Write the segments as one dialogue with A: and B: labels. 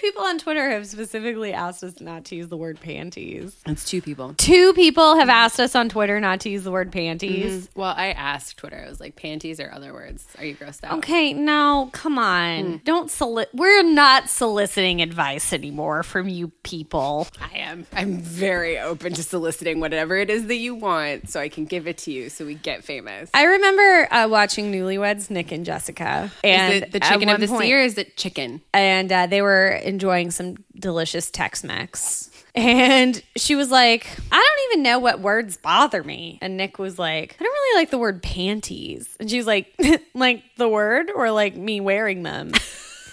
A: people on Twitter have specifically asked us not to use the word panties.
B: It's two people.
A: Two people have asked us on Twitter not to use the word panties.
B: Well, I asked Twitter. I was like, panties or other words? Are you grossed out?
A: Okay, no, come on. Don't solicit. We're not soliciting advice anymore from you people.
B: I am. I'm very open to soliciting whatever it is that you want so I can give it to you so we get famous.
A: I remember uh, watching Newlyweds, Nick and Jessica, and
B: is it the
A: at
B: chicken of
A: one
B: the
A: point-
B: sea or is it chicken?
A: and uh, they were enjoying some delicious Tex-Mex. And she was like, I don't even know what words bother me. And Nick was like, I don't really like the word panties. And she was like, like the word or like me wearing them.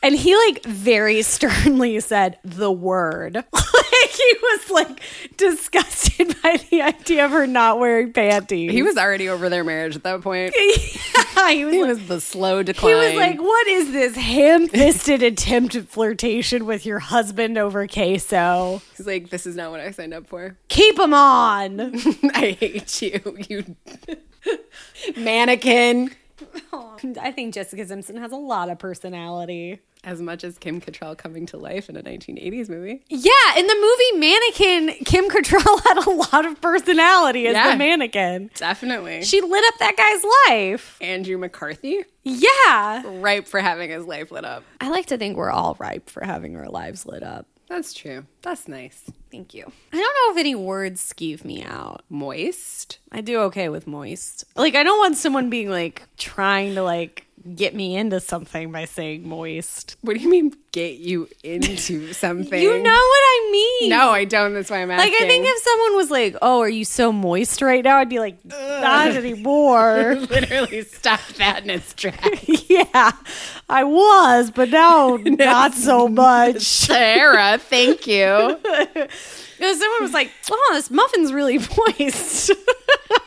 A: And he like very sternly said the word. like he was like disgusted by the idea of her not wearing panties.
B: He was already over their marriage at that point.
A: he was
B: He
A: like,
B: was the slow
A: he
B: decline.
A: was like, "What is this ham-fisted attempt at flirtation with your husband over queso?
B: He's like, this is not what I signed up for.
A: Keep him on."
B: I hate you, you mannequin.
A: I think Jessica Simpson has a lot of personality.
B: As much as Kim Cattrall coming to life in a 1980s movie.
A: Yeah, in the movie Mannequin, Kim Cattrall had a lot of personality as
B: Yeah.
A: the mannequin.
B: Definitely.
A: She lit up that guy's life.
B: Andrew McCarthy,
A: Yeah.
B: ripe for having his life lit up.
A: I like to think we're all ripe for having our lives lit up.
B: That's true. That's nice.
A: Thank you. I don't know if any words skeeve me out.
B: Moist.
A: I do okay with moist. Like I don't want someone being like trying to like get me into something by saying moist.
B: What do you mean get you into something?
A: You know what I mean?
B: No, I don't. That's why I'm
A: Like
B: asking.
A: I think if someone was like, "Oh, are you so moist right now?" I'd be like, "Not anymore."
B: literally stopped that in its tracks.
A: yeah, I was, but now not so much.
B: Sarah, thank you.
A: If someone was like, "Oh, this muffin's really moist,"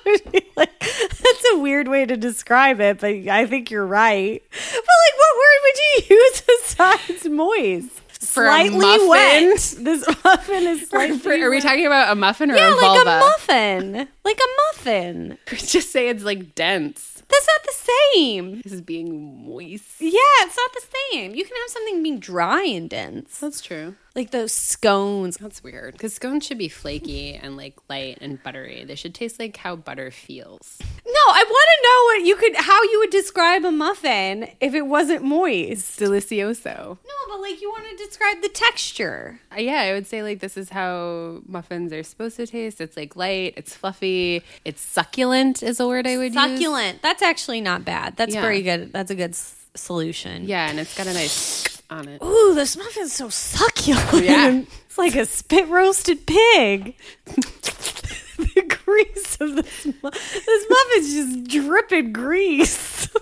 A: I'd be like, that's a weird way to describe it, but I think you're right. But like, what word would you use besides moist?
B: For a muffin?
A: wet. This muffin is slightly.
B: Are we
A: wet.
B: talking about a muffin or
A: Yeah,
B: a vulva?
A: like a muffin, like a muffin.
B: Just say it's like dense.
A: That's not the same.
B: This is being moist.
A: Yeah, it's not the same. You can have something being dry and dense,
B: That's true.
A: like those scones.
B: That's weird. Because scones should be flaky and like light and buttery. They should taste like how butter feels.
A: No, I want to know what you could, how you would describe a muffin if it wasn't moist.
B: Delicioso.
A: No, but like you want to describe the texture.
B: Uh, Yeah, I would say like this is how muffins are supposed to taste. It's like light, it's fluffy, it's succulent is a word I would use.
A: Succulent. That's actually not bad. That's
B: Yeah.
A: very good. That's a good s- solution.
B: Yeah, and it's got a nice on it.
A: Ooh, this muffin's so succulent.
B: Yeah.
A: It's like a spit roasted pig. the grease of this, mu- this muffin's just dripping grease.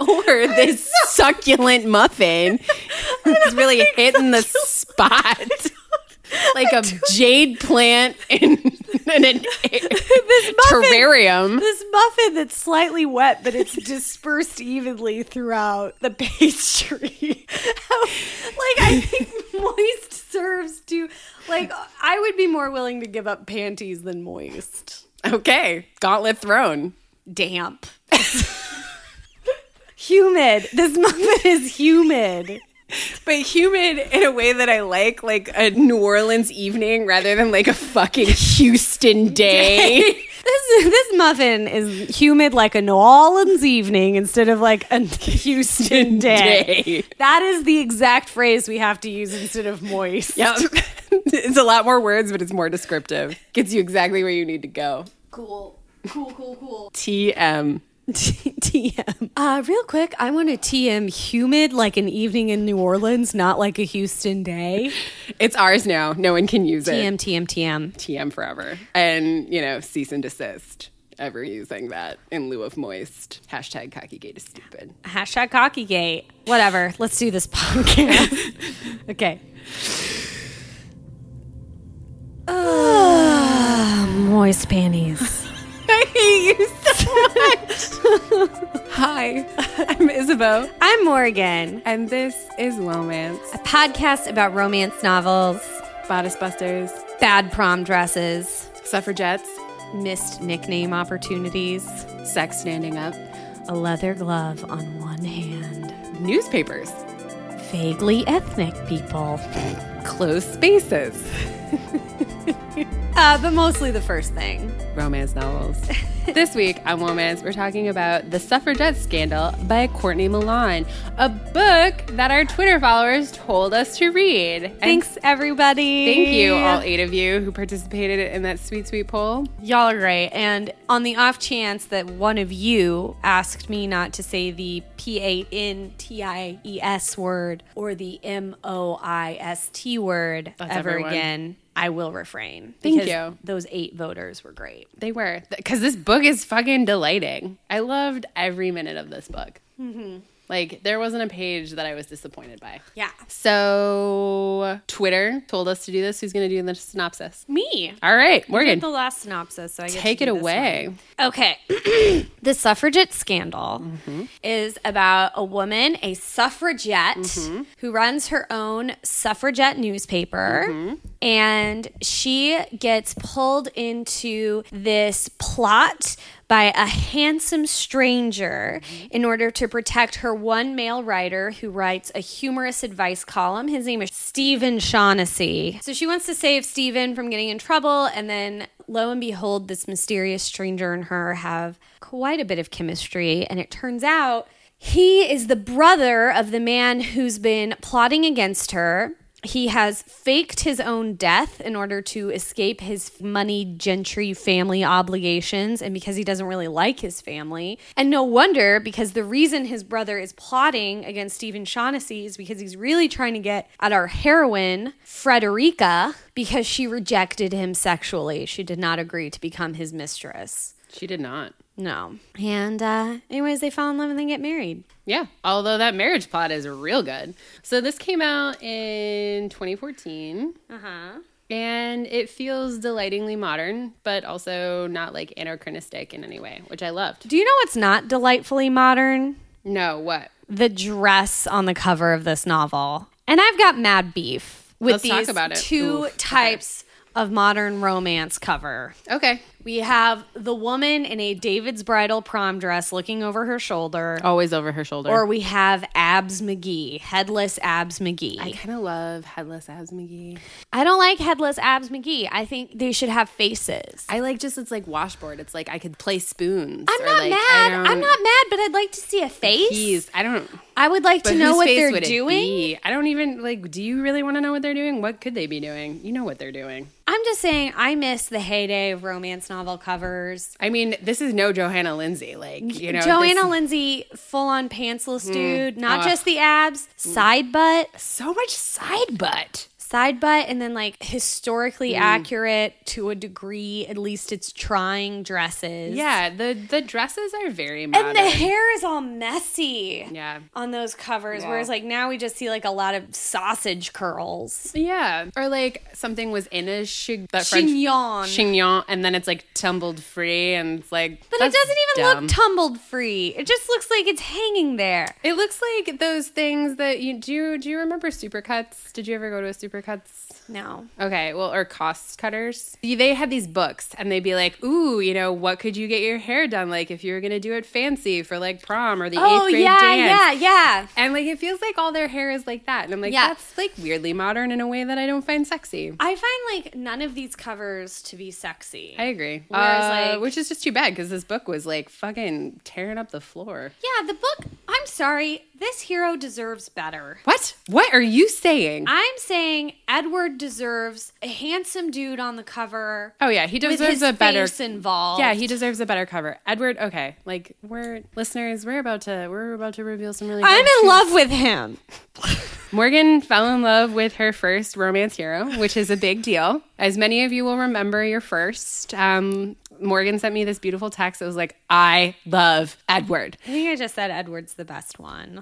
B: Or this succulent muffin is really hitting the spot. Like a jade plant in, in an
A: this muffin.
B: terrarium.
A: This muffin that's slightly wet, but it's dispersed evenly throughout the pastry. How- like I think moist serves to like I would be more willing to give up panties than moist.
B: Okay, gauntlet thrown.
A: Damp. humid. This muffin is humid.
B: But humid in a way that I like, like a New Orleans evening rather than like a fucking Houston day.
A: This this muffin is humid like a New Orleans evening instead of like a Houston day.
B: Day.
A: That is the exact phrase we have to use instead of moist.
B: Yep. it's a lot more words, but it's more descriptive. Gets you exactly where you need to go.
A: Cool. Cool, cool, cool.
B: TM.
A: TM. Uh, real quick, I want a TM humid like an evening in New Orleans, not like a Houston day.
B: It's ours now. No one can use it.
A: TM, TM, TM.
B: TM forever. And, you know, cease and desist ever using that in lieu of moist. Hashtag cocky gate is stupid.
A: Hashtag cocky gate. Whatever. Let's do this podcast. okay. Ah, moist panties.
B: I hate you so much. Hi, I'm Isabeau,
A: I'm Morgan,
B: and this is Romance.
A: a podcast about romance novels,
B: Bodice busters,
A: bad prom dresses,
B: suffragettes,
A: missed nickname opportunities.
B: sex standing up,
A: a leather glove on one hand,
B: newspapers,
A: vaguely ethnic people.
B: Closed spaces.
A: Uh, but mostly the first thing.
B: Romance novels. this week on Romance, we're talking about The Suffragette Scandal by Courtney Milan, a book that our Twitter followers told us to read. And
A: Thanks, everybody.
B: Thank you, all eight of you who participated in that sweet, sweet poll.
A: Y'all are great. And on the off chance that one of you asked me not to say the P A N T I E S word or the M O I S T word
B: That's
A: ever
B: everyone.
A: again, I will refrain.
B: Thank
A: because
B: you.
A: Those eight voters were great.
B: They were. Because this book is fucking delighting. I loved every minute of this book.
A: Mm-hmm.
B: Like, there wasn't a page that I was disappointed by.
A: Yeah.
B: So, Twitter told us to do this. Who's going to do the synopsis?
A: Me.
B: All right,
A: Did
B: Morgan,
A: the last synopsis, so I get to
B: take
A: do
B: it
A: this one.
B: away.
A: Okay. the suffragette scandal
B: Mm-hmm.
A: is about a woman, a suffragette, who runs her own suffragette newspaper. And she gets pulled into this plot by a handsome stranger in order to protect her one male writer who writes a humorous advice column. His name is Stephen Shaughnessy. So she wants to save Stephen from getting in trouble. And then lo and behold, this mysterious stranger and her have quite a bit of chemistry. And it turns out he is the brother of the man who's been plotting against her. He has faked his own death in order to escape his money gentry family obligations and because he doesn't really like his family. And no wonder, because the reason his brother is plotting against Stephen Shaughnessy is because he's really trying to get at our heroine, Frederica, because she rejected him sexually. She did not agree to become his mistress.
B: She did not.
A: No. And, uh, anyways, they fall in love and they get married.
B: Yeah, although that marriage plot is real good. So this came out in 2014
A: Uh
B: Uh-huh.
A: huh.
B: and it feels delightingly modern, but also not like anachronistic in any way, which I loved.
A: Do you know what's not delightfully modern?
B: No, what?
A: The dress on the cover of this novel. And I've got mad beef with
B: Let's talk
A: these
B: about it.
A: two
B: Oof, okay.
A: types of modern romance cover.
B: Okay.
A: We have the woman in a David's bridal prom dress looking over her shoulder.
B: Always over her shoulder.
A: Or we have Abs McGee, headless Abs McGee.
B: I kind of love headless abs McGee.
A: I don't like headless Abs McGee. I think they should have faces.
B: I like just it's like washboard. It's like I could play spoons.
A: I'm
B: or,
A: not
B: like, I
A: mad.
B: don't-
A: I'm not mad, but I'd like to see a face.
B: Keys. I don't
A: I would like
B: but
A: to know
B: whose
A: what
B: face
A: they're
B: would it
A: doing.
B: be? I don't even like. Do you really want to know what they're doing? What could they be doing? You know what they're doing.
A: I'm just saying, I miss the heyday of romance novel covers.
B: I mean, this is no Johanna Lindsay. Like you know,
A: Joanna
B: this- Hmm. Ah.
A: Lindsay, full on pantsless dude, not
B: Ugh.
A: just the abs,
B: Hmm.
A: side butt,
B: so much side butt.
A: side butt, and then like historically
B: Hmm.
A: accurate to a degree, at least it's trying dresses.
B: Yeah, the the dresses are very modern.
A: And the hair is all messy
B: yeah.
A: on those covers,
B: Yeah.
A: whereas like now we just see like a lot of sausage curls.
B: Yeah, or like something was in a chig- that French
A: Chignon.
B: chignon, and then it's like tumbled free, and it's like.
A: but it
B: that's
A: doesn't even
B: dumb.
A: look tumbled free. It just looks like it's hanging there.
B: it looks like those things that you do. You, do you remember supercuts? Did you ever go to a supercuts?
A: No.
B: Okay, well, or cost cutters. They had these books, and they'd be like, "Ooh, you know, what could you get your hair done like if you were gonna do it fancy for like prom or the eighth grade
A: Oh, yeah,
B: dance?"
A: yeah, yeah.
B: And like, it feels like all their hair is like that, and I'm like,
A: Yeah.
B: that's like weirdly modern in a way that I don't find sexy.
A: I find like none of these covers to be sexy.
B: I agree.
A: Whereas,
B: Uh,
A: like-
B: which is just too bad because this book was like fucking tearing up the floor.
A: yeah, the book, I'm sorry, this hero deserves better.
B: What? What are you saying?
A: I'm saying Edward deserves a handsome dude on the cover.
B: oh yeah, he
A: with
B: deserves
A: his
B: a better.
A: face involved.
B: Yeah, he deserves a better cover. Edward, okay, like we're listeners, we're about to we're about to reveal some really.
A: I'm
B: good
A: in love with him.
B: Morgan fell in love with her first romance hero, which is a big deal. As many of you will remember, your first. Um, Morgan sent me this beautiful text. It was like, "I love Edward."
A: I think I just said Edward's the best one.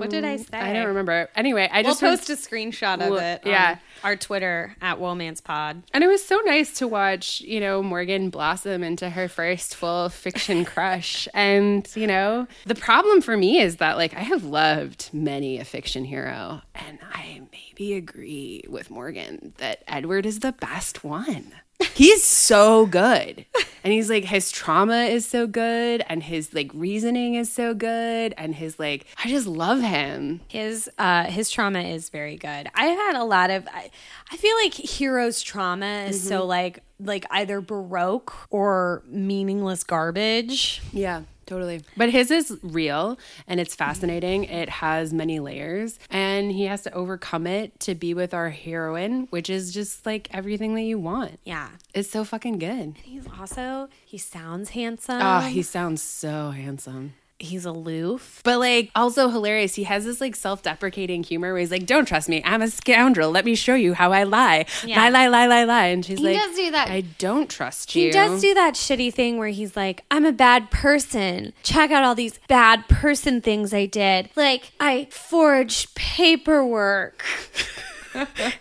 A: what did I say?
B: Mm, I don't remember. Anyway, I
A: We'll
B: just
A: post a screenshot of
B: Well,
A: it.
B: yeah.
A: on our Twitter at Womance Pod.
B: and it was so nice to watch, you know, Morgan blossom into her first full fiction crush. And you know, the problem for me is that like I have loved many a fiction hero, and I maybe agree with Morgan that Edward is the best one. He's so good. And he's like, his trauma is so good, and his like reasoning is so good, and his like, I just love him.
A: His uh his trauma is very good. I had a lot of I, I feel like heroes trauma is so like like either baroque or meaningless garbage.
B: Yeah, totally. But his is real and it's fascinating. It has many layers and he has to overcome it to be with our heroine, which is just like everything that you want.
A: Yeah.
B: It's so fucking good.
A: He's also he sounds handsome.
B: Oh, he sounds so handsome.
A: he's aloof.
B: But like also hilarious. He has this like self-deprecating humor where he's like, "Don't trust me. I'm a scoundrel. Let me show you how I lie.
A: Yeah.
B: Lie, lie, lie, lie, lie." And she's like,
A: does do that.
B: "I don't trust you."
A: He does do that shitty thing where he's like, I'm a bad person. Check out all these bad person things I did. Like, I forged paperwork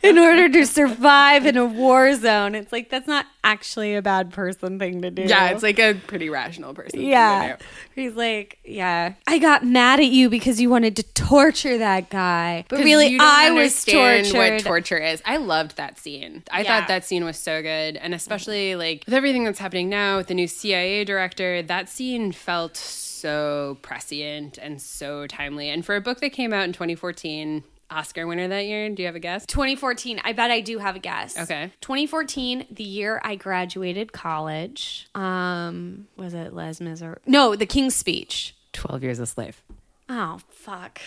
A: in order to survive in a war zone. It's like, that's not actually a bad person thing to do.
B: yeah, it's like a pretty rational person. thing to
A: Yeah.
B: do.
A: He's like, yeah. I got mad at you because you wanted to torture that guy. But
B: 'Cause
A: really,
B: you don't
A: I was
B: understand
A: tortured.
B: What torture is? I loved that scene. I
A: Yeah.
B: thought that scene was so good, and especially like with everything that's happening now with the new CIA director, that scene felt so prescient and so timely. And for a book that came out in 2014, Oscar winner that year, do you have a guess?
A: 2014. I bet I do have a guess.
B: Okay.
A: 2014, the year I graduated college. Um, was it Les Mis? No, The King's Speech.
B: Twelve Years a Slave.
A: Oh fuck.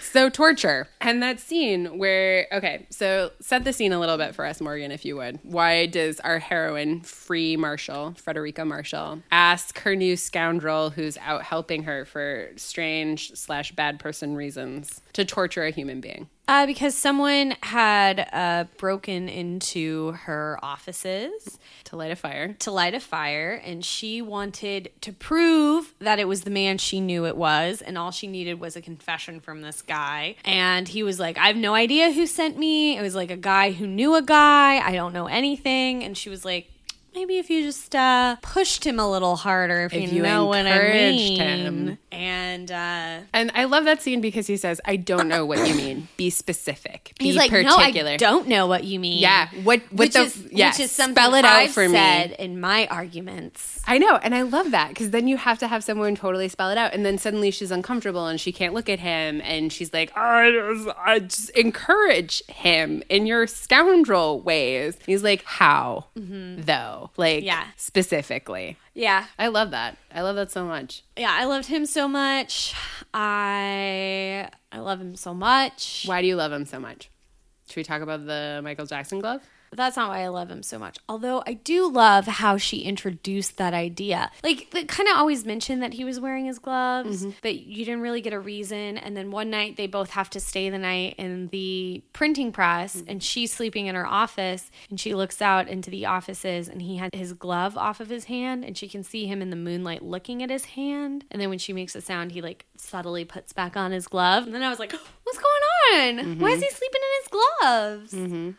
B: So torture and that scene where okay, so set the scene a little bit for us, Morgan, if you would. Why does our heroine, Free Marshall, Frederica Marshall, ask her new scoundrel who's out helping her for strange slash bad person reasons to torture a human being?
A: Uh, because someone had uh, broken into her offices
B: To light a fire.
A: to light a fire, and she wanted to prove that it was the man she knew it was, and all she needed was a confession from this guy. And he was like, I have no idea who sent me. It was like a guy who knew a guy. I don't know anything. And she was like, Maybe if you just uh, pushed him a little harder, if,
B: If
A: you,
B: you
A: know what I mean.
B: encouraged him.
A: And uh,
B: And I love that scene because he says, I don't know what you mean. Be specific. Be
A: he's like,
B: particular.
A: "No, I don't know what you mean."
B: Yeah. What what
A: which
B: the
A: is
B: yeah,
A: which is something
B: spell it out
A: I've
B: for me.
A: said in my arguments.
B: I know, and I love that because then you have to have someone totally spell it out, and then suddenly she's uncomfortable and she can't look at him, and she's like, "I just, I just encourage him in your scoundrel ways." He's like, "How though? Like,
A: Yeah.
B: specifically."
A: Yeah,
B: I love that. I love that so much.
A: yeah, I loved him so much. I I love him so much.
B: Why do you love him so much? Should we talk about the Michael Jackson glove?
A: That's not why I love him so much. Although I do love how she introduced that idea. Like they kind of always mentioned that he was wearing his gloves, but you didn't really get a reason. And then one night they both have to stay the night in the printing press, and she's sleeping in her office, and she looks out into the offices, and he had his glove off of his hand, and she can see him in the moonlight looking at his hand. And then when she makes a sound, he like subtly puts back on his glove. And then I was like, what's going on? Why is he sleeping in his gloves?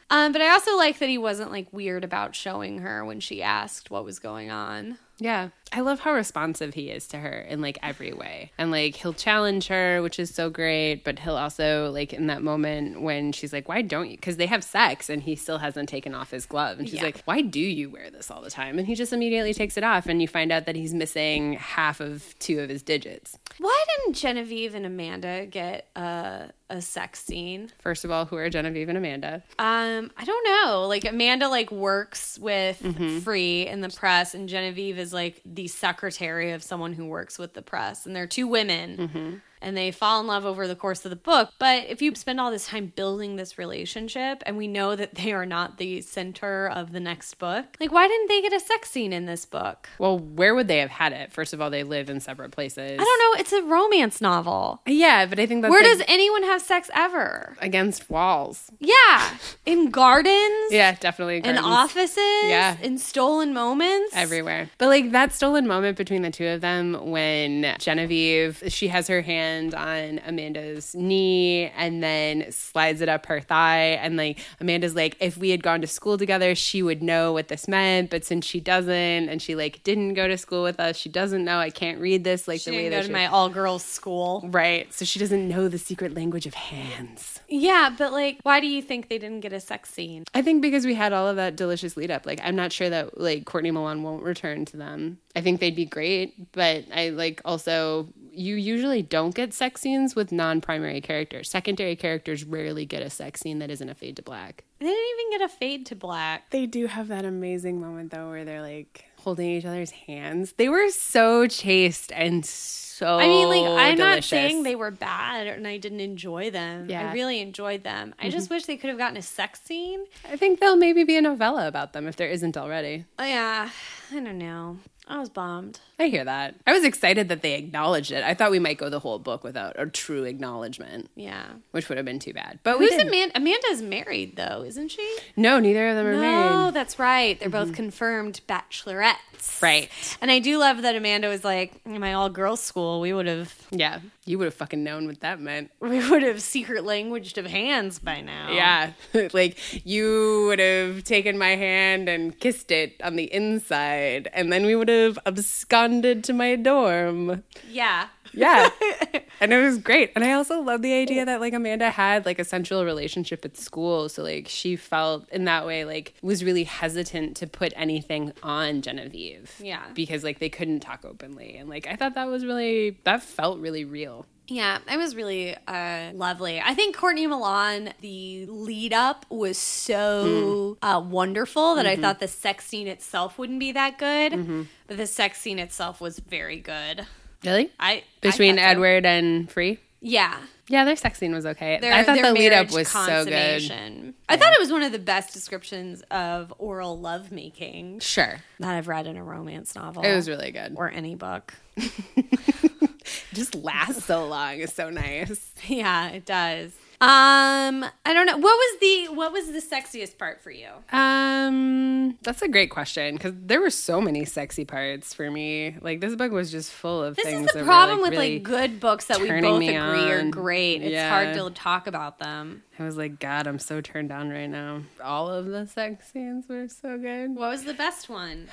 A: Um, but I also like that he wasn't like weird about showing her when she asked what was going on.
B: Yeah. I love how responsive he is to her in like every way. And like he'll challenge her, which is so great, but he'll also like in that moment when she's like, "Why don't you?" cuz they have sex and he still hasn't taken off his glove and she's
A: Yeah.
B: like, "Why do you wear this all the time?" and he just immediately takes it off and you find out that he's missing half of two of his digits.
A: Why didn't Genevieve and Amanda get a a sex scene?
B: First of all, who are Genevieve and Amanda?
A: Um, I don't know. Like Amanda like works with
B: Mm-hmm.
A: Free in the press, and Genevieve is like the secretary of someone who works with the press, and they're two women.
B: Mm-hmm.
A: And they fall in love over the course of the book. But if you spend all this time building this relationship and we know that they are not the center of the next book, like, why didn't they get a sex scene in this book?
B: Well, where would they have had it? First of all, they live in separate places.
A: I don't know. It's a romance novel.
B: Yeah, but I think that's
A: Where
B: like,
A: does anyone have sex ever?
B: against walls.
A: Yeah. In gardens,
B: Yeah, definitely.
A: in
B: gardens.
A: offices,
B: Yeah.
A: in stolen moments.
B: everywhere. But like that stolen moment between the two of them when Genevieve, she has her hand hand on Amanda's knee and then slides it up her thigh. And like Amanda's like, if we had gone to school together, she would know what this meant. But since she doesn't, and she like didn't go to school with us, she doesn't know. I can't read this like
A: She
B: the way
A: didn't go
B: that
A: to
B: she
A: my all girls school.
B: right. So she doesn't know the secret language of hands.
A: Yeah, but like, why do you think they didn't get a sex scene?
B: I think because we had all of that delicious lead up, like I'm not sure that like Courtney Milan won't return to them. I think they'd be great, but I like also you usually don't get sex scenes with non-primary characters. Secondary characters rarely get a sex scene that isn't a fade to black.
A: They didn't even get a fade to black.
B: They do have that amazing moment though where they're like holding each other's hands. They were so chaste and so
A: I mean, like, I'm not saying they were bad and I didn't enjoy them.
B: Yeah.
A: I really enjoyed them. I just wish they could have gotten a sex scene.
B: I think there'll maybe be a novella about them if there isn't already.
A: Oh, Yeah, I don't know. I was bummed.
B: I hear that. I was excited that they acknowledged it. I thought we might go the whole book without a true acknowledgement,
A: Yeah.
B: which would have been too bad. But we
A: Who's
B: didn't.
A: Amanda? Amanda's married though, isn't she?
B: no, neither of them are
A: No,
B: married.
A: that's right. They're both confirmed bachelorettes.
B: Right.
A: And I do love that Amanda was like, in my all girls school, we would have
B: Yeah, you would have fucking known what that meant.
A: we would have secret languaged of hands by now.
B: Yeah, like you would have taken my hand and kissed it on the inside, and then we would have absconded to my dorm.
A: Yeah.
B: Yeah. and it was great. And I also love the idea that like Amanda had like a sensual relationship at school. So like she felt in that way like was really hesitant to put anything on Genevieve.
A: Yeah.
B: Because like they couldn't talk openly. And like I thought that was really that felt really real.
A: Yeah, it was really uh, lovely. I think Courtney Milan, the lead up was so
B: Mm.
A: uh, wonderful that I
B: Mm-hmm.
A: thought the sex scene itself wouldn't be that good, but the sex scene itself was very good.
B: Really?
A: I I
B: Between
A: thought so.
B: Edward and Free?
A: yeah,
B: Yeah, their sex scene was okay.
A: their,
B: I thought
A: their
B: the lead
A: marriage
B: up was so good.
A: consummation. I thought it was one of the best descriptions of oral lovemaking
B: Sure.
A: that I've read in a romance novel
B: It was really good.
A: or any book.
B: Just lasts so long. It's so nice.
A: yeah, it does. Um, I don't know. What was the what was the sexiest part for you?
B: Um, that's a great question because there were so many sexy parts for me. Like this book was just full of
A: This
B: things.
A: is
B: that
A: the
B: were,
A: problem
B: like,
A: with
B: really-
A: like good books that we
B: turning
A: both
B: me
A: agree are
B: on.
A: great. It's
B: Yeah.
A: hard to talk about them.
B: I was like, God, I'm so turned on right now. All of the sex scenes were so good.
A: What was the best one?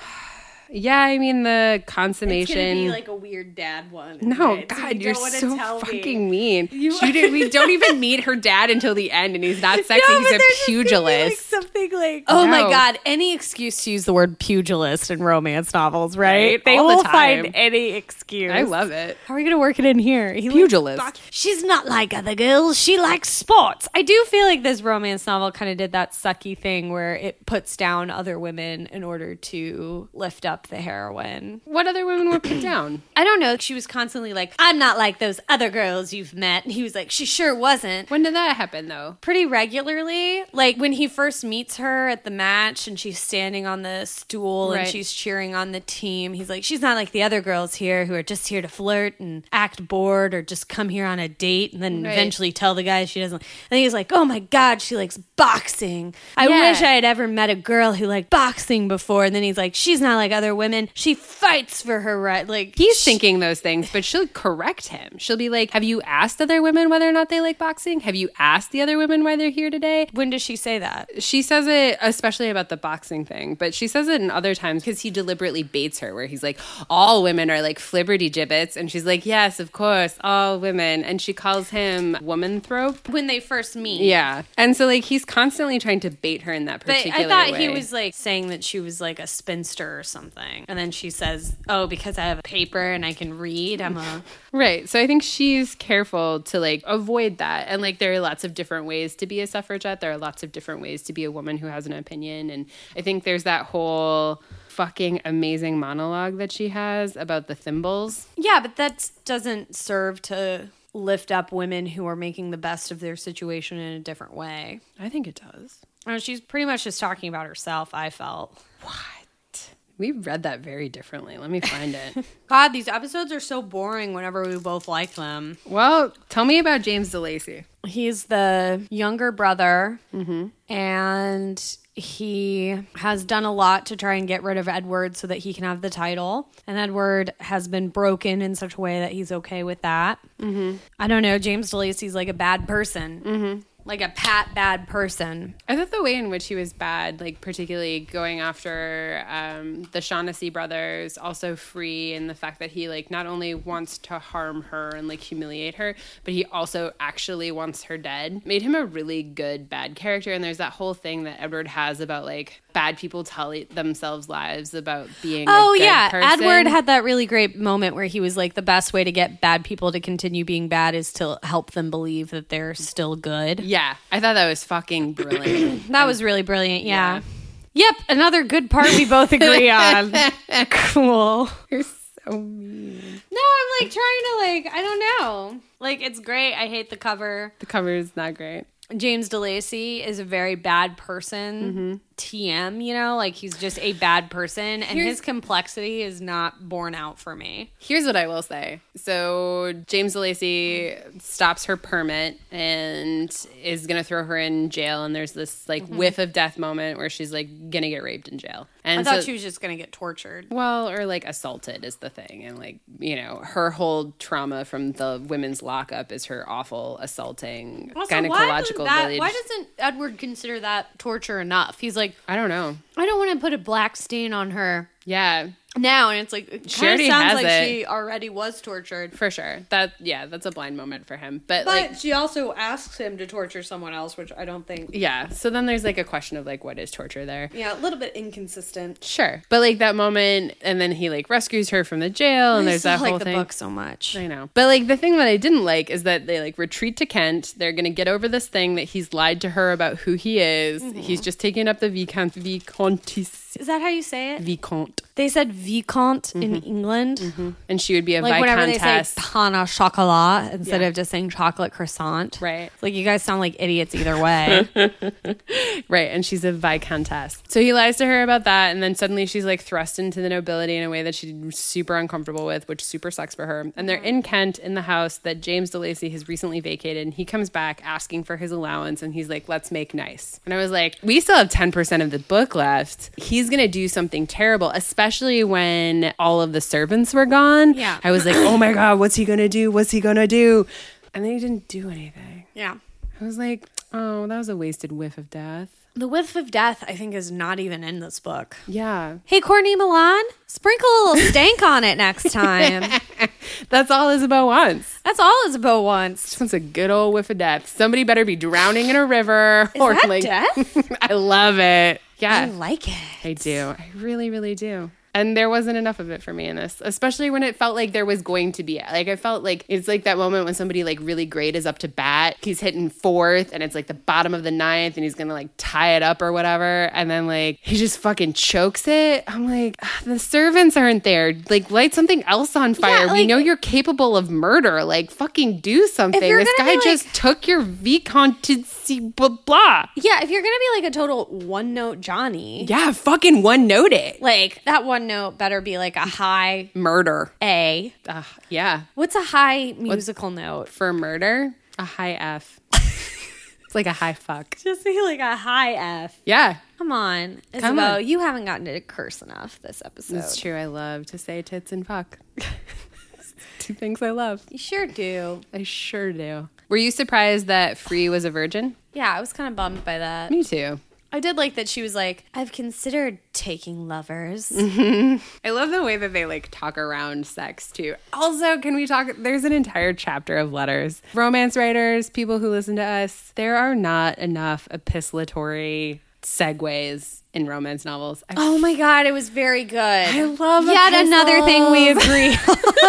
B: Yeah, I mean the
A: It's gonna
B: consummation.
A: be like a weird dad one.
B: no,
A: Right? So
B: God,
A: you
B: you are
A: don't wanna
B: so
A: tell me.
B: fucking mean. She did- we don't even meet her dad until the end, and he's not sexy.
A: No,
B: he's
A: but
B: a
A: there's just gonna be,
B: pugilist.
A: like, something like, oh my
B: No.
A: god, any excuse to use the word pugilist in romance novels, right?
B: Right,
A: They
B: all the
A: will
B: time.
A: find any excuse.
B: I love it.
A: How are we gonna work it in here? He looks
B: Pugilist.
A: fuck- She's not like other girls. She likes sports. I do feel like this romance novel kind of did that sucky thing where it puts down other women in order to lift up the heroine.
B: What other women were put down?
A: I don't know. She was constantly like, "I'm not like those other girls you've met." And he was like, "She sure wasn't."
B: When did that happen though?
A: pretty regularly. Like when he first meets her at the match and she's standing on the stool
B: Right.
A: and she's cheering on the team, he's like, She's not like the other girls here who are just here to flirt and act bored or just come here on a date and then
B: Right.
A: eventually tell the guy she doesn't. And he's like, Oh my God, she likes boxing. I
B: Yeah.
A: wish I had ever met a girl who liked boxing before. And then he's like, She's not like other women. She fights for her right. Like,
B: He's thinking those things, but she'll correct him. She'll be like, Have you asked other women whether or not they like boxing? Have you asked the other women why they're here today?
A: when does she say that?
B: She says it, especially about the boxing thing, but she says it in other times because he deliberately baits her, where he's like, All women are like flibberty gibbets. And she's like, Yes, of course, all women. And she calls him woman thrope.
A: When they first meet.
B: Yeah. And so, like, he's constantly trying to bait her in that
A: But
B: particular
A: I thought he
B: way.
A: was like saying that she was like a spinster or something. And then she says, Oh, because I have a paper and I can read, I'm a.
B: Right. So I think she's careful to like avoid that. And like there are lots of different ways to be a suffragette. There are lots of different ways to be a woman who has an opinion. And I think there's that whole fucking amazing monologue that she has about the thimbles.
A: Yeah, but that doesn't serve to lift up women who are making the best of their situation in a different way.
B: I think it does.
A: And she's pretty much just talking about herself, I felt.
B: What? We read that very differently. Let me find it.
A: God, these episodes are so boring whenever we both like them.
B: well, tell me about James DeLacy.
A: He's the younger brother, and he has done a lot to try and get rid of Edward so that he can have the title. And Edward has been broken in such a way that he's okay with that. Mm-hmm. I don't know. James DeLacy's like a bad person, mm-hmm. like a pat bad person.
B: I thought the way in which he was bad, like particularly going after um, the Shaughnessy brothers, also free, and the fact that he like not only wants to harm her and like humiliate her, but he also actually wants her dead, made him a really good bad character. And there's that whole thing that Edward has about like bad people tell i- themselves lies about being.
A: Oh
B: a good
A: yeah,
B: person.
A: Edward had that really great moment where he was like, the best way to get bad people to continue being bad is to help them believe that they're still good.
B: Yeah, I thought that was fucking brilliant.
A: That was really brilliant. Yeah. Yep, another good part we both agree on. cool. No, I'm like trying to like I don't know. Like it's great. I hate the cover.
B: the cover is not great.
A: James DeLacy is a very bad person. TM, you know, like he's just a bad person, and his complexity is not borne out for me.
B: Here's what I will say. So James Lacey stops her permit and is gonna throw her in jail. And there's this like
A: Mm-hmm.
B: whiff of death moment where she's like gonna get raped in jail. And
A: I thought
B: so,
A: she was just gonna get tortured.
B: well, or like assaulted is the thing, and like you know her whole trauma from the women's lockup is her awful assaulting
A: Also, why, doesn't
B: gynecological
A: that,
B: village.
A: why doesn't Edward consider that torture enough? He's like,
B: I don't know.
A: I don't want to put a black stain on her
B: Yeah,
A: now, and it's like it
B: She
A: kind of
B: already
A: sounds
B: has
A: like
B: it.
A: she already was tortured.
B: for sure. That yeah, that's a blind moment for him. But,
A: But
B: like
A: she also asks him to torture someone else, which I don't think.
B: yeah, so then there's like a question of like what is torture there.
A: Yeah, a little bit inconsistent.
B: Sure. But like that moment, and then he like rescues her from the jail, and
A: I
B: there's
A: still
B: that
A: like
B: whole
A: the
B: thing.
A: book so much.
B: I know. But like the thing that I didn't like is that they like retreat to Kent. They're going to get over this thing that he's lied to her about who he is.
A: Mm-hmm.
B: He's just taking up the Vicomte, Vicomtesse,
A: Is that how you say it? Mm-hmm.
B: Vicomte.
A: They said vicomte in England,
B: And she would be a
A: like whenever they say
B: Vicomtesse.
A: pan au chocolat instead
B: Yeah.
A: of just saying chocolate croissant.
B: Right.
A: Like you guys sound like idiots either way.
B: Right, and she's a viscountess. So he lies to her about that, and then suddenly she's like thrust into the nobility in a way that she's super uncomfortable with, which super sucks for her. And they're in Kent in the house that James DeLacy has recently vacated, and he comes back asking for his allowance, and he's like, let's make nice. And I was like, we still have 10% of the book left. He's gonna do something terrible, especially when all of the servants were gone.
A: Yeah.
B: I was like, oh my God, what's he gonna do? What's he gonna do? And then he didn't do anything.
A: yeah.
B: I was like, oh, that was a wasted whiff of death.
A: The whiff of death, I think, is not even in this book.
B: Yeah.
A: Hey, Courtney Milan, sprinkle a little stank on it next time.
B: That's all Isabeau wants.
A: That's all Isabeau wants.
B: She wants a good old whiff of death. Somebody better be drowning in a river.
A: Is that death?
B: I love it.
A: I
B: Yeah,
A: like it.
B: I do. I really, really do. And there wasn't enough of it for me in this, especially when it felt like there was going to be. Like I felt like it's like that moment when somebody like really great is up to bat. He's hitting fourth, and it's like the bottom of the ninth, and he's gonna like tie it up or whatever. And then like he just fucking chokes it. I'm like, "Ah, the servants aren't there. Like light something else on fire. we
A: like-
B: know you're capable of murder. Like fucking do something.
A: you're
B: This
A: gonna
B: guy
A: be, like-
B: just took your vicomte to see blah blah.
A: Yeah, if you're going to be like a total one note Johnny,
B: Yeah, fucking one note it.
A: like that one note better be like a high
B: Murder.
A: A.
B: Uh, yeah,
A: What's a high musical note?
B: for murder, a high F. it's like a high fuck.
A: Just be like a high F.
B: Yeah,
A: Come on,
B: Come
A: Isabeau,
B: on.
A: you haven't gotten to curse enough this episode.
B: it's true. I love to say tits and fuck. Two things I love.
A: You sure do.
B: I sure do. Were you surprised that Free was a virgin?
A: Yeah, I was kind of bummed by that.
B: Me too.
A: I did like that she was like, I've considered taking lovers.
B: I love the way that they like talk around sex too. Also, can we talk? There's an entire chapter of letters. Romance writers, people who listen to us, there are not enough epistolatory segues in romance novels. I
A: Oh my god, it was very good. I
B: love
A: yet another thing we
B: epistles.
A: agree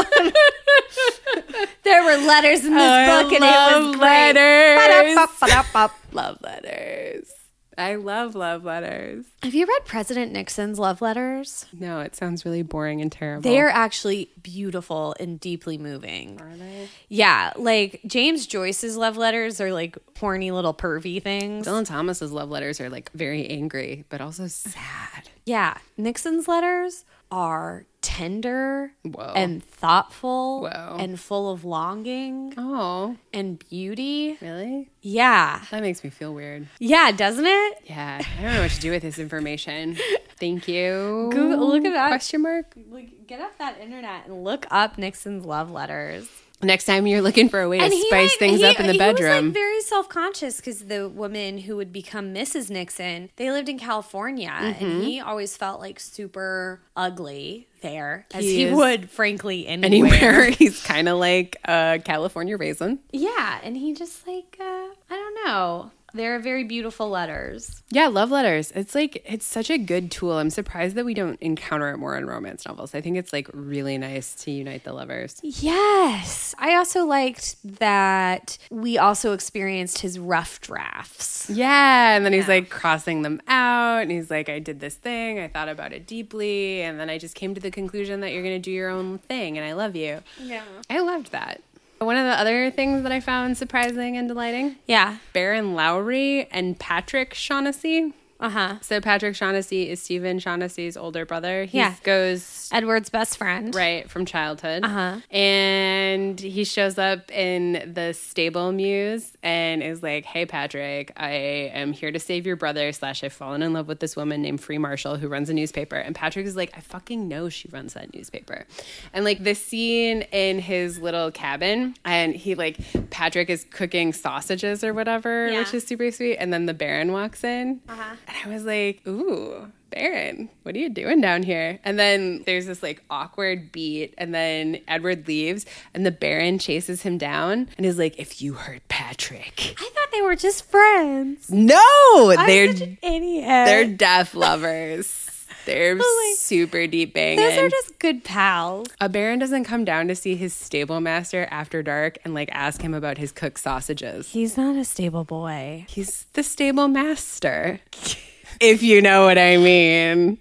A: on. there were letters in this
B: I
A: book, and it
B: love
A: was
B: letters.
A: Letters.
B: love letters. I love love letters.
A: Have you read President Nixon's love letters?
B: No, it sounds really boring and terrible.
A: They are actually beautiful and deeply moving. Are they? Yeah, like James Joyce's love letters are like horny little pervy things.
B: Dylan Thomas's love letters are like very angry, but also sad.
A: Yeah, Nixon's letters are tender
B: Whoa.
A: and thoughtful
B: Whoa.
A: and full of longing
B: Oh,
A: and beauty.
B: really?
A: Yeah.
B: That makes me feel weird.
A: Yeah, doesn't it?
B: Yeah, I don't know what to do with this information. Thank you.
A: Google- look it up.
B: Question mark.
A: Like, get off that internet and look up Nixon's love letters.
B: Next time you're looking for a way to spice
A: like,
B: things
A: he-
B: up in the
A: he was, like,
B: bedroom.
A: very self conscious because the woman who would become Mrs. Nixon, they lived in California, and he always felt like super ugly there, as
B: He
A: he,
B: is.
A: would, frankly, anywhere.
B: Anywhere he's kind of like a California raisin.
A: Yeah, and he just like uh, I don't know. They're very beautiful letters.
B: Yeah, love letters. It's like it's such a good tool. I'm surprised that we don't encounter it more in romance novels. I think it's like really nice to unite the lovers.
A: Yes, I also liked that we also experienced his rough drafts.
B: Yeah, and then he's like crossing them out and he's like I did this thing. I thought about it deeply and then I just came to the conclusion that you're going to do your own thing and I love you.
A: Yeah,
B: I loved that. One of the other things that I found surprising and delighting
A: yeah,
B: Baron Lowry and Patrick Shaughnessy.
A: uh huh.
B: So, Patrick Shaughnessy is Stephen Shaughnessy's older brother. He
A: Yeah.
B: goes
A: Edward's best friend.
B: right from childhood.
A: Uh-huh.
B: And he shows up in the stable muse and is like, Hey, Patrick, I am here to save your brother. Slash, I've fallen in love with this woman named Free Marshall who runs a newspaper. And Patrick is like, I fucking know she runs that newspaper. And like this scene in his little cabin, and he like, Patrick is cooking sausages or whatever,
A: Yeah. Uh-huh.
B: which is super sweet. And then the Baron walks in. And I was like, ooh, Baron, what are you doing down here? And then there's this like awkward beat. And then Edward leaves and the Baron chases him down and is like, if you hurt Patrick.
A: I thought they were just friends.
B: No,
A: I'm such
B: they're
A: an idiot.
B: they're deaf lovers. They're
A: like,
B: super deep banging.
A: Those are just good pals.
B: a baron doesn't come down to see his stable master after dark and like ask him about his cooked sausages.
A: He's not a stable boy.
B: He's the stable master, if you know what I mean.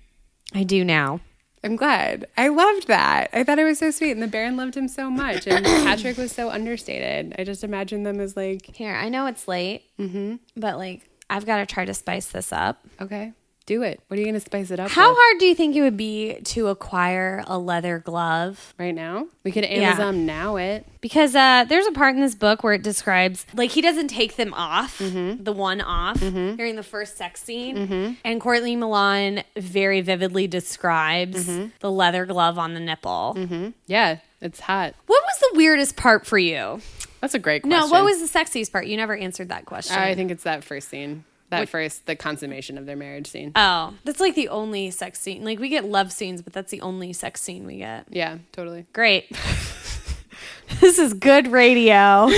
A: I do now.
B: I'm glad. I loved that. I thought it was so sweet, and the Baron loved him so much, and Patrick was so understated. I just imagine them as like,
A: Here, I know it's late, mm-hmm. but like I've got to try to spice this up.
B: okay, do it. What are you gonna spice it up?
A: How
B: with?
A: hard do you think it would be to acquire a leather glove?
B: right now? We could Amazon now it.
A: Because uh, there's a part in this book where it describes like he doesn't take them off, the one off during the first sex scene, and Courtney Milan very vividly describes the leather glove on the nipple.
B: Yeah, it's hot.
A: What was the weirdest part for you?
B: That's a great question.
A: No, what was the sexiest part? You never answered that question.
B: I think it's that first scene. That first, the consummation of their marriage scene.
A: oh, that's like the only sex scene. Like we get love scenes, but that's the only sex scene we get.
B: yeah, totally.
A: Great. this is good radio.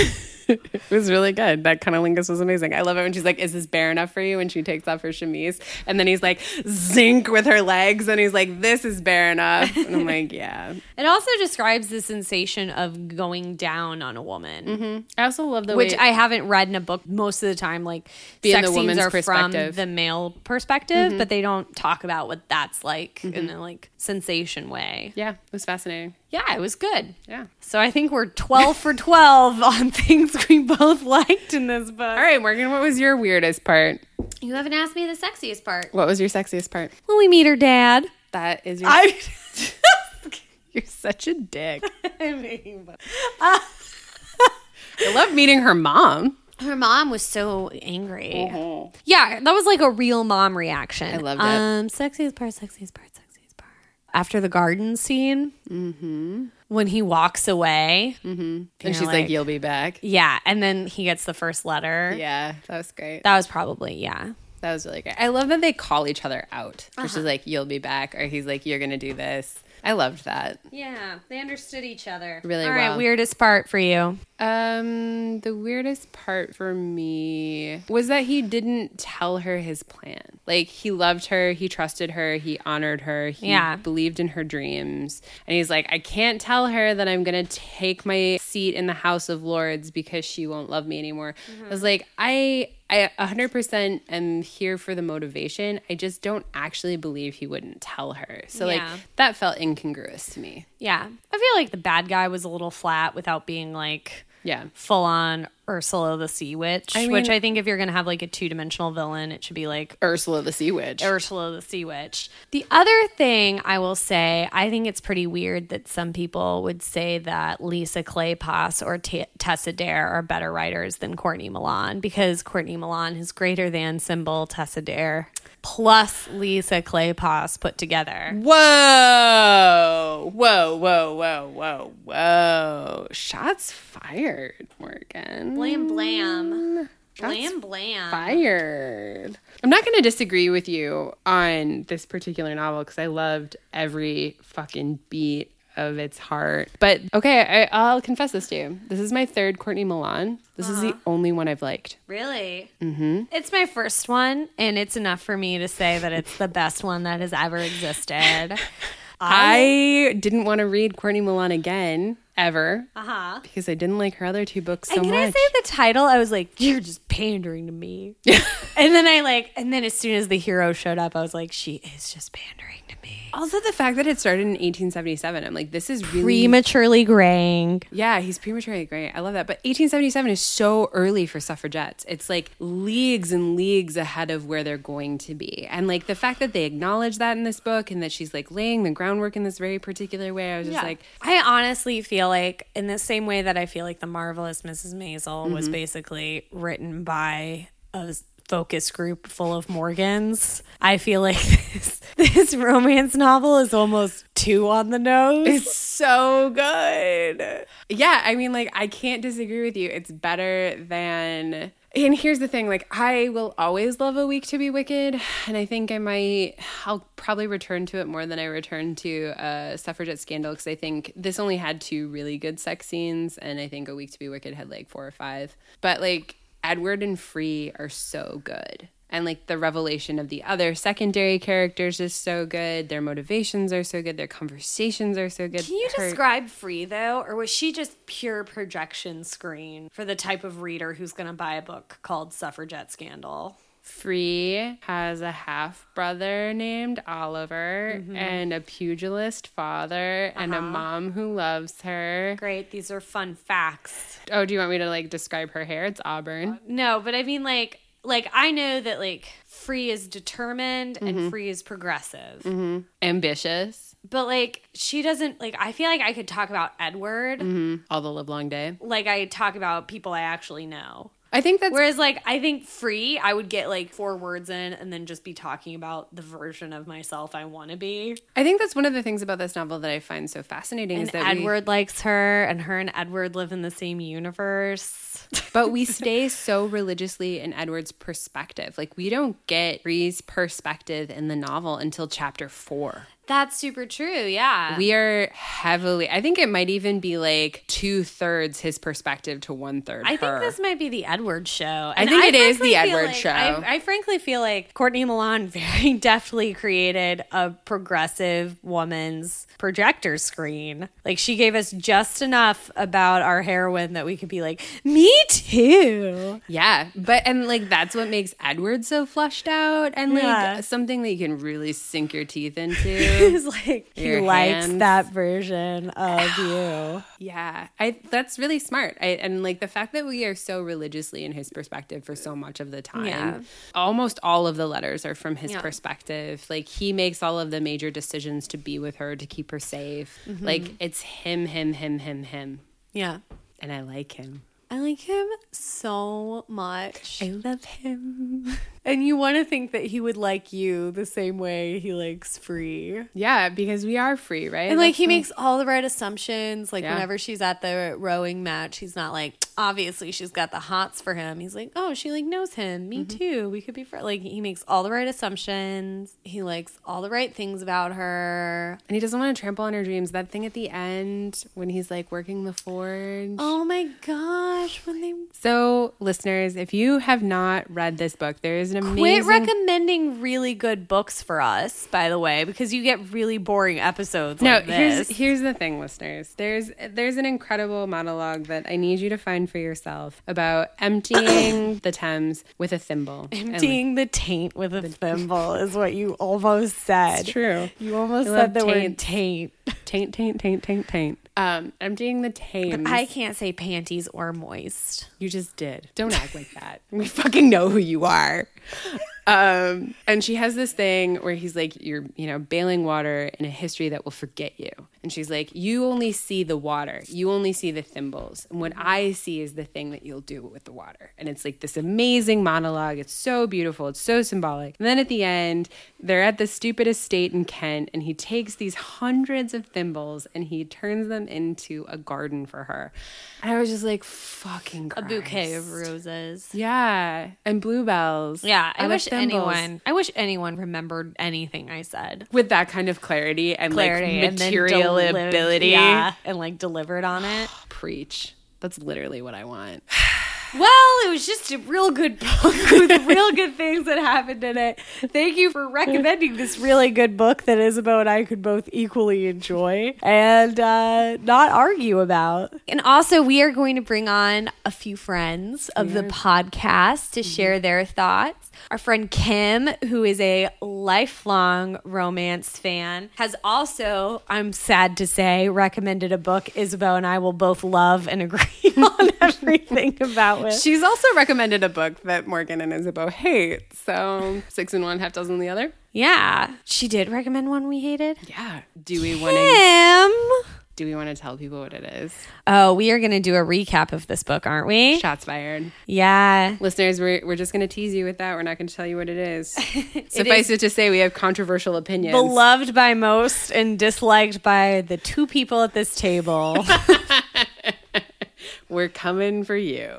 B: It was really good. That cunnilingus was amazing. I love it when she's like, "Is this bare enough for you?" And she takes off her chemise, and then he's like, "Zinc" with her legs, and he's like, "This is bare enough." And I'm like, "Yeah."
A: It also describes the sensation of going down on a woman,
B: I also love the
A: which
B: way
A: I haven't read in a book most of the time. Like
B: Being
A: sex
B: the
A: scenes
B: woman's
A: are from
B: perspective. Mm-hmm.
A: the male perspective, but they don't talk about what that's like in a like sensation way.
B: yeah, it was fascinating.
A: Yeah, it was good.
B: Yeah.
A: So I think we're 12 for 12 on things we both liked in this book.
B: All right, Morgan, what was your weirdest part?
A: You haven't asked me the sexiest part.
B: What was your sexiest part?
A: When we meet her dad.
B: That is your.
A: I
B: you're such a dick.
A: I mean, but-
B: I love meeting her mom.
A: her mom was so angry.
B: Oh.
A: Yeah, that was like a real mom reaction. I
B: loved it.
A: Um, sexiest part, sexiest part, sexiest part. After the garden scene, mm-hmm. when he walks away.
B: And she's like,
A: like-
B: "You'll be back."
A: Yeah, and then he gets the first letter.
B: Yeah, that was great.
A: That was probably, yeah.
B: That was really great. I love that they call each other out. Which is like, "You'll be back," or he's like, "You're gonna do this." I loved that.
A: Yeah, they understood each other.
B: Really
A: All right,
B: well.
A: weirdest part for you.
B: Um, the weirdest part for me was that he didn't tell her his plan. Like he loved her, he trusted her, he honored her, he
A: Yeah.
B: believed in her dreams. And he's like, I can't tell her that I'm gonna take my seat in the House of Lords because she won't love me anymore. I was like, I I 100% am here for the motivation. I just don't actually believe he wouldn't tell her. So
A: Yeah.
B: like that felt incongruous to me.
A: Yeah. I feel like the bad guy was a little flat without being like
B: Yeah.
A: full on Ursula the Sea Witch,
B: I
A: which
B: mean-
A: I think if you're going to have like a two dimensional villain, it should be like
B: Ursula the Sea Witch.
A: Ursula the Sea Witch. The other thing I will say, I think it's pretty weird that some people would say that Lisa Claypass or T- Tessa Dare are better writers than Courtney Milan because Courtney Milan is greater than symbol Tessa Dare plus Lisa Claypass put together.
B: Whoa, whoa, whoa, whoa, whoa, whoa. Shots fired, Morgan.
A: Blam blam.
B: That's
A: Blam blam.
B: Fired. I'm not going to disagree with you on this particular novel because I loved every fucking beat of its heart. But okay, I, I'll confess this to you. This is my third Courtney Milan. This is
A: Uh-huh.
B: the only one I've liked.
A: Really? Mm-hmm. It's my first one, and it's enough for me to say that it's the best one that has ever existed.
B: I didn't want to read Courtney Milan again ever
A: Uh huh.
B: because I didn't like her other two books so
A: and can
B: much.
A: I say the title? I was like, "You're just pandering to me." and then I like, and then as soon as the hero showed up, I was like, "She is just pandering to me."
B: Also, the fact that it started in 1877, I'm like, this is really.
A: Prematurely graying.
B: yeah, he's prematurely great. I love that. But 1877 is so early for suffragettes. It's like leagues and leagues ahead of where they're going to be. And like the fact that they acknowledge that in this book and that she's like laying the groundwork in this very particular way, I was just like,
A: I honestly feel like, in the same way that I feel like the marvelous Mrs. Maisel was basically written by a s- focus group full of Morgans, I feel like this, this romance novel is almost too on the nose.
B: It's so good. Yeah, I mean, like, I can't disagree with you. It's better than. And here's the thing like, I will always love A Week to Be Wicked. And I think I might, I'll probably return to it more than I return to uh, Suffragette Scandal because I think this only had two really good sex scenes. And I think A Week to Be Wicked had like four or five. But like, Edward and Free are so good. And like the revelation of the other secondary characters is so good. Their motivations are so good. Their conversations are so good.
A: Can you
B: Her-
A: describe Free though, or was she just pure projection screen for the type of reader who's going to buy a book called Suffragette Scandal?
B: Free has a half brother named Oliver
A: Mm-hmm.
B: and a pugilist father and
A: Uh-huh.
B: a mom who loves her.
A: Great, these are fun facts.
B: Oh, do you want me to like describe her hair? It's auburn.
A: No, but I mean like like I know that like Free is determined and Free is progressive.
B: Ambitious.
A: But like she doesn't like I feel like I could talk about Edward
B: All the live long day.
A: like I talk about people I actually know.
B: I think that's
A: Whereas, like, I think free, I would get like four words in and then just be talking about the version of myself I want to be.
B: I think that's one of the things about this novel that I find so fascinating is
A: And
B: that we-
A: Edward likes her, and her and Edward live in the same universe.
B: but we stay so religiously in Edward's perspective. Like we don't get Bree's perspective in the novel until chapter four.
A: That's super true. Yeah.
B: We are heavily. I think it might even be like two thirds his perspective to one third.
A: I think this might be the Edward show. And
B: think it is
A: frankly
B: the
A: feel
B: Edward
A: like-
B: show.
A: I, I frankly feel like Courtney Milan very deftly created a progressive woman's projector screen. Like she gave us just enough about our heroine that we could be like, me too.
B: yeah, but and like that's what makes Edward so flushed out and like
A: Yeah.
B: something that you can really sink your teeth into.
A: It's like he
B: Your
A: likes
B: hands.
A: that version of you.
B: yeah, I that's really smart. I, and like the fact that we are so religiously in his perspective for so much of the time,
A: Yeah.
B: almost all of the letters are from his
A: Yeah.
B: perspective. Like he makes all of the major decisions to be with her to keep her safe.
A: Mm-hmm.
B: Like it's him, him, him, him, him,
A: Yeah.
B: and I like him.
A: I like him so much.
B: love him.
A: And you want to think that he would like you the same way he likes free.
B: Yeah, because we are free, right?
A: And like he makes all the right assumptions. Like
B: Yeah.
A: whenever she's at the rowing match, he's not like obviously she's got the hots for him. He's like, oh, she like knows him.
B: Mm-hmm.
A: Me too. We could be friends. Like he makes all the right assumptions. He likes all the right things about her.
B: and he doesn't want to trample on her dreams. That thing at the end when he's like working the forge.
A: Oh my gosh! When they
B: So, listeners, if you have not read this book, there is an amazing
A: quit recommending really good books for us, by the way, because you get really boring episodes.
B: No,
A: like
B: here's
A: this.
B: here's the thing, listeners. There's there's an incredible monologue that I need you to find for yourself about emptying the Thames with a thimble. And, like,
A: Emptying the taint with a thimble is what you almost said.
B: It's true.
A: You almost
B: I
A: said
B: love
A: the word
B: taint.
A: taint.
B: Taint, taint, taint, taint, taint. Um, emptying the Thames.
A: I can't say panties or moist.
B: You just did. Don't act like that. We fucking know who you are. Um, and she has this thing where he's like, You're, you know, bailing water in a history that will forget you. And she's like, You only see the water. You only see the thimbles. And what I see is the thing that you'll do with the water. And it's like this amazing monologue. It's so beautiful. It's so symbolic. And then at the end, they're at the stupid estate in Kent, and he takes these hundreds of thimbles and he turns them into a garden for her. And I was just like, fucking
A: A bouquet
B: Christ.
A: of roses.
B: Yeah, and bluebells.
A: Yeah, I,
B: love
A: wish
B: thimbles.
A: anyone. I wish anyone remembered anything I said.
B: with that kind of clarity and
A: Clarity
B: like
A: and then
B: material
A: deli-
B: ability.
A: yeah, and like delivered on it.
B: Preach. That's literally what I want.
A: Well, it was just a real good book with real good things that happened in it. Thank you for recommending this really good book that Isabeau and I could both equally enjoy and uh, not argue about. And also, we are going to bring on a few friends of the podcast to share their thoughts. Our friend Kim, who is a lifelong romance fan, has also, I'm sad to say, recommended a book Isabeau and I will both love and agree on everything about it.
B: She's also recommended a book that Morgan and Isabeau hate. So six in one, half dozen in the other.
A: Yeah, she did recommend one we hated.
B: Yeah. Do we want to?
A: Kim.
B: Do we want to tell people what it is?
A: Oh, we are going to do a recap of this book, aren't we?
B: Shots fired,
A: Yeah.
B: listeners. We're we're just going to tease you with that. We're not going to tell you what it is. Suffice it to say, we have controversial opinions.
A: Beloved by most and disliked by the two people at this table.
B: we're coming for you.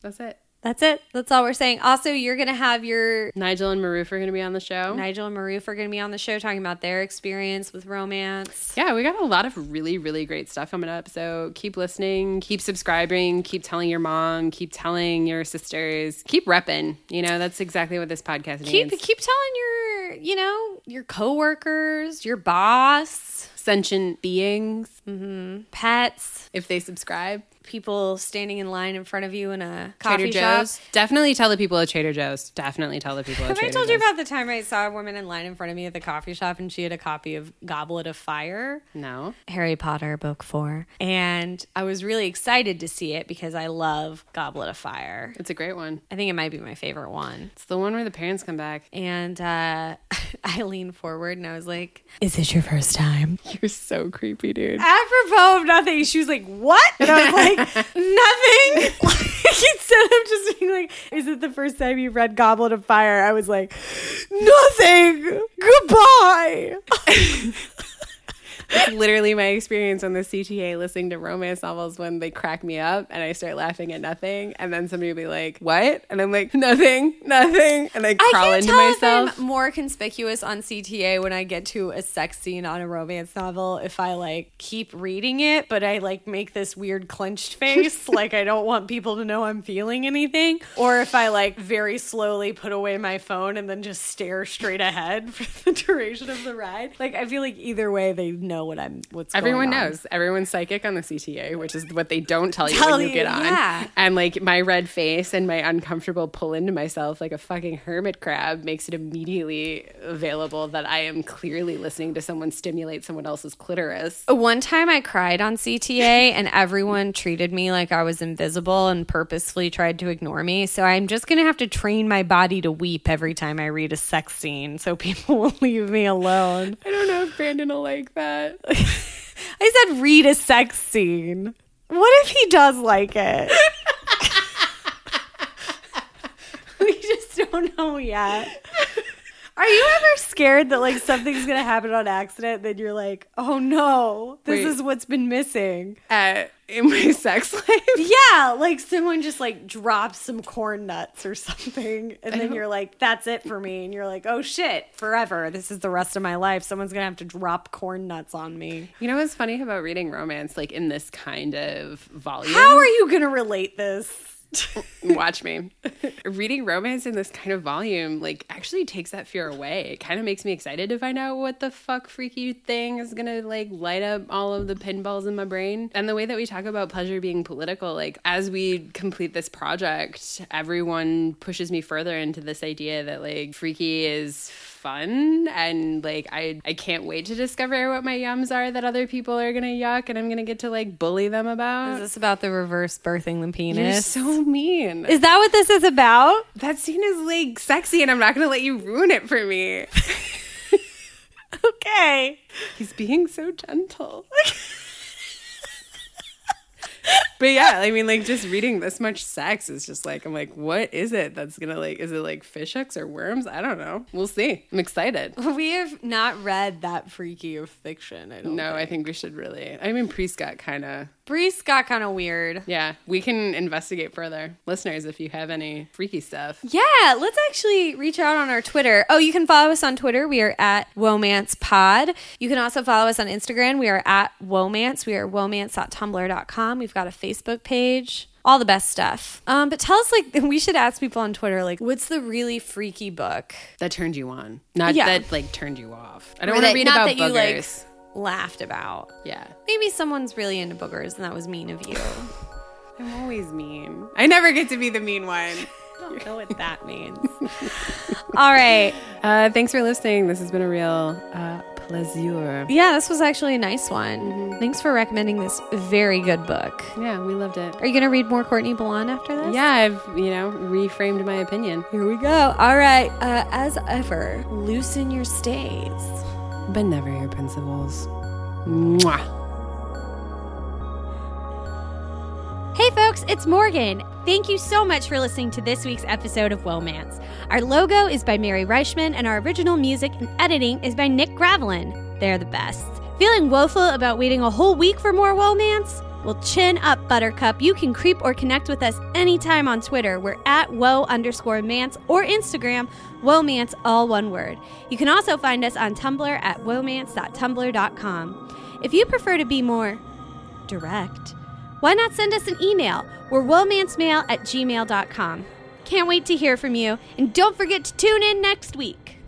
B: That's it.
A: That's it. That's all we're saying. Also, you're going to have your
B: Nigel and Maroof are going to be on the show.
A: Nigel and Maroof are going to be on the show talking about their experience with romance.
B: Yeah, we got a lot of really, really great stuff coming up. So keep listening, keep subscribing, keep telling your mom, keep telling your sisters, keep repping. You know, that's exactly what this podcast
A: Keep
B: means.
A: keep telling your, you know, your coworkers, your boss,
B: Sentient beings,
A: pets,
B: if they subscribe.
A: people standing in line in front of you in a coffee
B: Trader
A: shop.
B: Joe's. Definitely tell the people at Trader Joe's. Definitely tell the people at
A: Have
B: Trader
A: I told
B: Joe's.
A: you about the time I saw a woman in line in front of me at the coffee shop and she had a copy of Goblet of Fire,
B: no.
A: Harry Potter book four? And I was really excited to see it because I love Goblet of Fire.
B: It's a great one.
A: I think it might be my favorite one.
B: It's the one where the parents come back.
A: And uh, I leaned forward and I was like, Is this your first time?
B: You're so creepy, dude.
A: Apropos of nothing, she was like, What? And I was like, Nothing. Like, instead of just being like, Is it the first time you read Goblet of Fire? I was like, Nothing. Goodbye.
B: It's literally my experience on the CTA listening to romance novels when they crack me up and I start laughing at nothing. And then somebody will be like, What? And I'm like, Nothing, nothing. And I
A: I
B: crawl
A: can't
B: into
A: tell
B: myself.
A: if I'm more conspicuous on CTA when I get to a sex scene on a romance novel if I like keep reading it, but I like make this weird clenched face, like I don't want people to know I'm feeling anything, or if I like very slowly put away my phone and then just stare straight ahead for the duration of the ride. Like I feel like either way, they know what I'm. What's going
B: Everyone
A: on.
B: knows. Everyone's psychic on the CTA, which is what they don't tell you
A: Tell
B: when you,
A: you,
B: get on.
A: yeah.
B: And like my red face and my uncomfortable pull into myself like a fucking hermit crab makes it immediately available that I am clearly listening to someone stimulate someone else's clitoris.
A: One time I cried on CTA and everyone treated me like I was invisible and purposefully tried to ignore me. So I'm just going to have to train my body to weep every time I read a sex scene so people will leave me alone.
B: I don't know if Brandon will like that.
A: I said, read a sex scene. What if he does like it? we just don't know yet. Are you ever scared that like something's gonna happen on accident? Then you're like, oh no, this
B: Wait.
A: is what's been missing.
B: Uh, in my sex life.
A: Yeah, like someone just like drops some corn nuts or something, and then you're like, "That's it for me," and you're like, "Oh shit, forever! This is the rest of my life. Someone's gonna have to drop corn nuts on me."
B: You know what's funny about reading romance, like in this kind of volume?
A: How are you gonna relate this?
B: Watch me. reading romance in this kind of volume, like actually takes that fear away. It kind of makes me excited to find out what the fuck freaky thing is gonna like light up all of the pinballs in my brain. And the way that we talk about pleasure being political, like as we complete this project, everyone pushes me further into this idea that like freaky is fun and like I I can't wait to discover what my yums are that other people are gonna yuck and I'm gonna get to like bully them about.
A: Is this about the reverse birthing the
B: You're
A: penis?
B: so mean.
A: is that what this is about?
B: That scene is like sexy, and I'm not gonna let you ruin it for me.
A: Okay.
B: He's being so gentle. but yeah, I mean, like just reading this much sex is just like I'm like, what is it that's gonna like? Is it like fish hooks or worms? I don't know. We'll see. I'm excited.
A: We have not read that freaky of fiction. I don't
B: No, I think we should really. I mean, Priest got kind of.
A: Brees got kind of weird.
B: Yeah, we can investigate further, listeners. If you have any freaky stuff,
A: Yeah, let's actually reach out on our Twitter. Oh, you can follow us on Twitter. We are at Womance Pod. You can also follow us on Instagram. We are at Womance. We are womance.tumblr.com. We've got a Facebook page. All the best stuff. Um, but tell us, like, we should ask people on Twitter, like, what's the really freaky book?
B: that turned you on, not
A: Yeah.
B: that like turned you off. I don't
A: Or
B: want to
A: that-
B: read
A: not
B: about
A: that you, like-
B: boogers.
A: Laughed about.
B: yeah.
A: Maybe someone's really into boogers and that was mean of you.
B: I'm always mean. I never get to be the mean one.
A: I don't know what that means. All right.
B: Uh, thanks for listening. This has been a real uh, pleasure.
A: Yeah, this was actually a nice one. Thanks for recommending this very good book.
B: Yeah, we loved it.
A: Are you going to read more Courtney Blonde after this?
B: Yeah, I've, you know, reframed my opinion.
A: Here we go. All right. Uh, as ever, loosen your stays.
B: But never your principles. Mwah.
C: Hey folks, it's Morgan. Thank you so much for listening to this week's episode of Womance. Our logo is by Mary Reichman, and our original music and editing is by Nick Gravelin. They're the best. Feeling woeful about waiting a whole week for more Womance? Well, chin up, Buttercup. You can creep or connect with us anytime on Twitter. We're at wo underscore mance or Instagram, womance, all one word. You can also find us on Tumblr at womance.tumblr.com. If you prefer to be more direct, why not send us an email? We're womancemail at gmail.com. Can't wait to hear from you, and don't forget to tune in next week.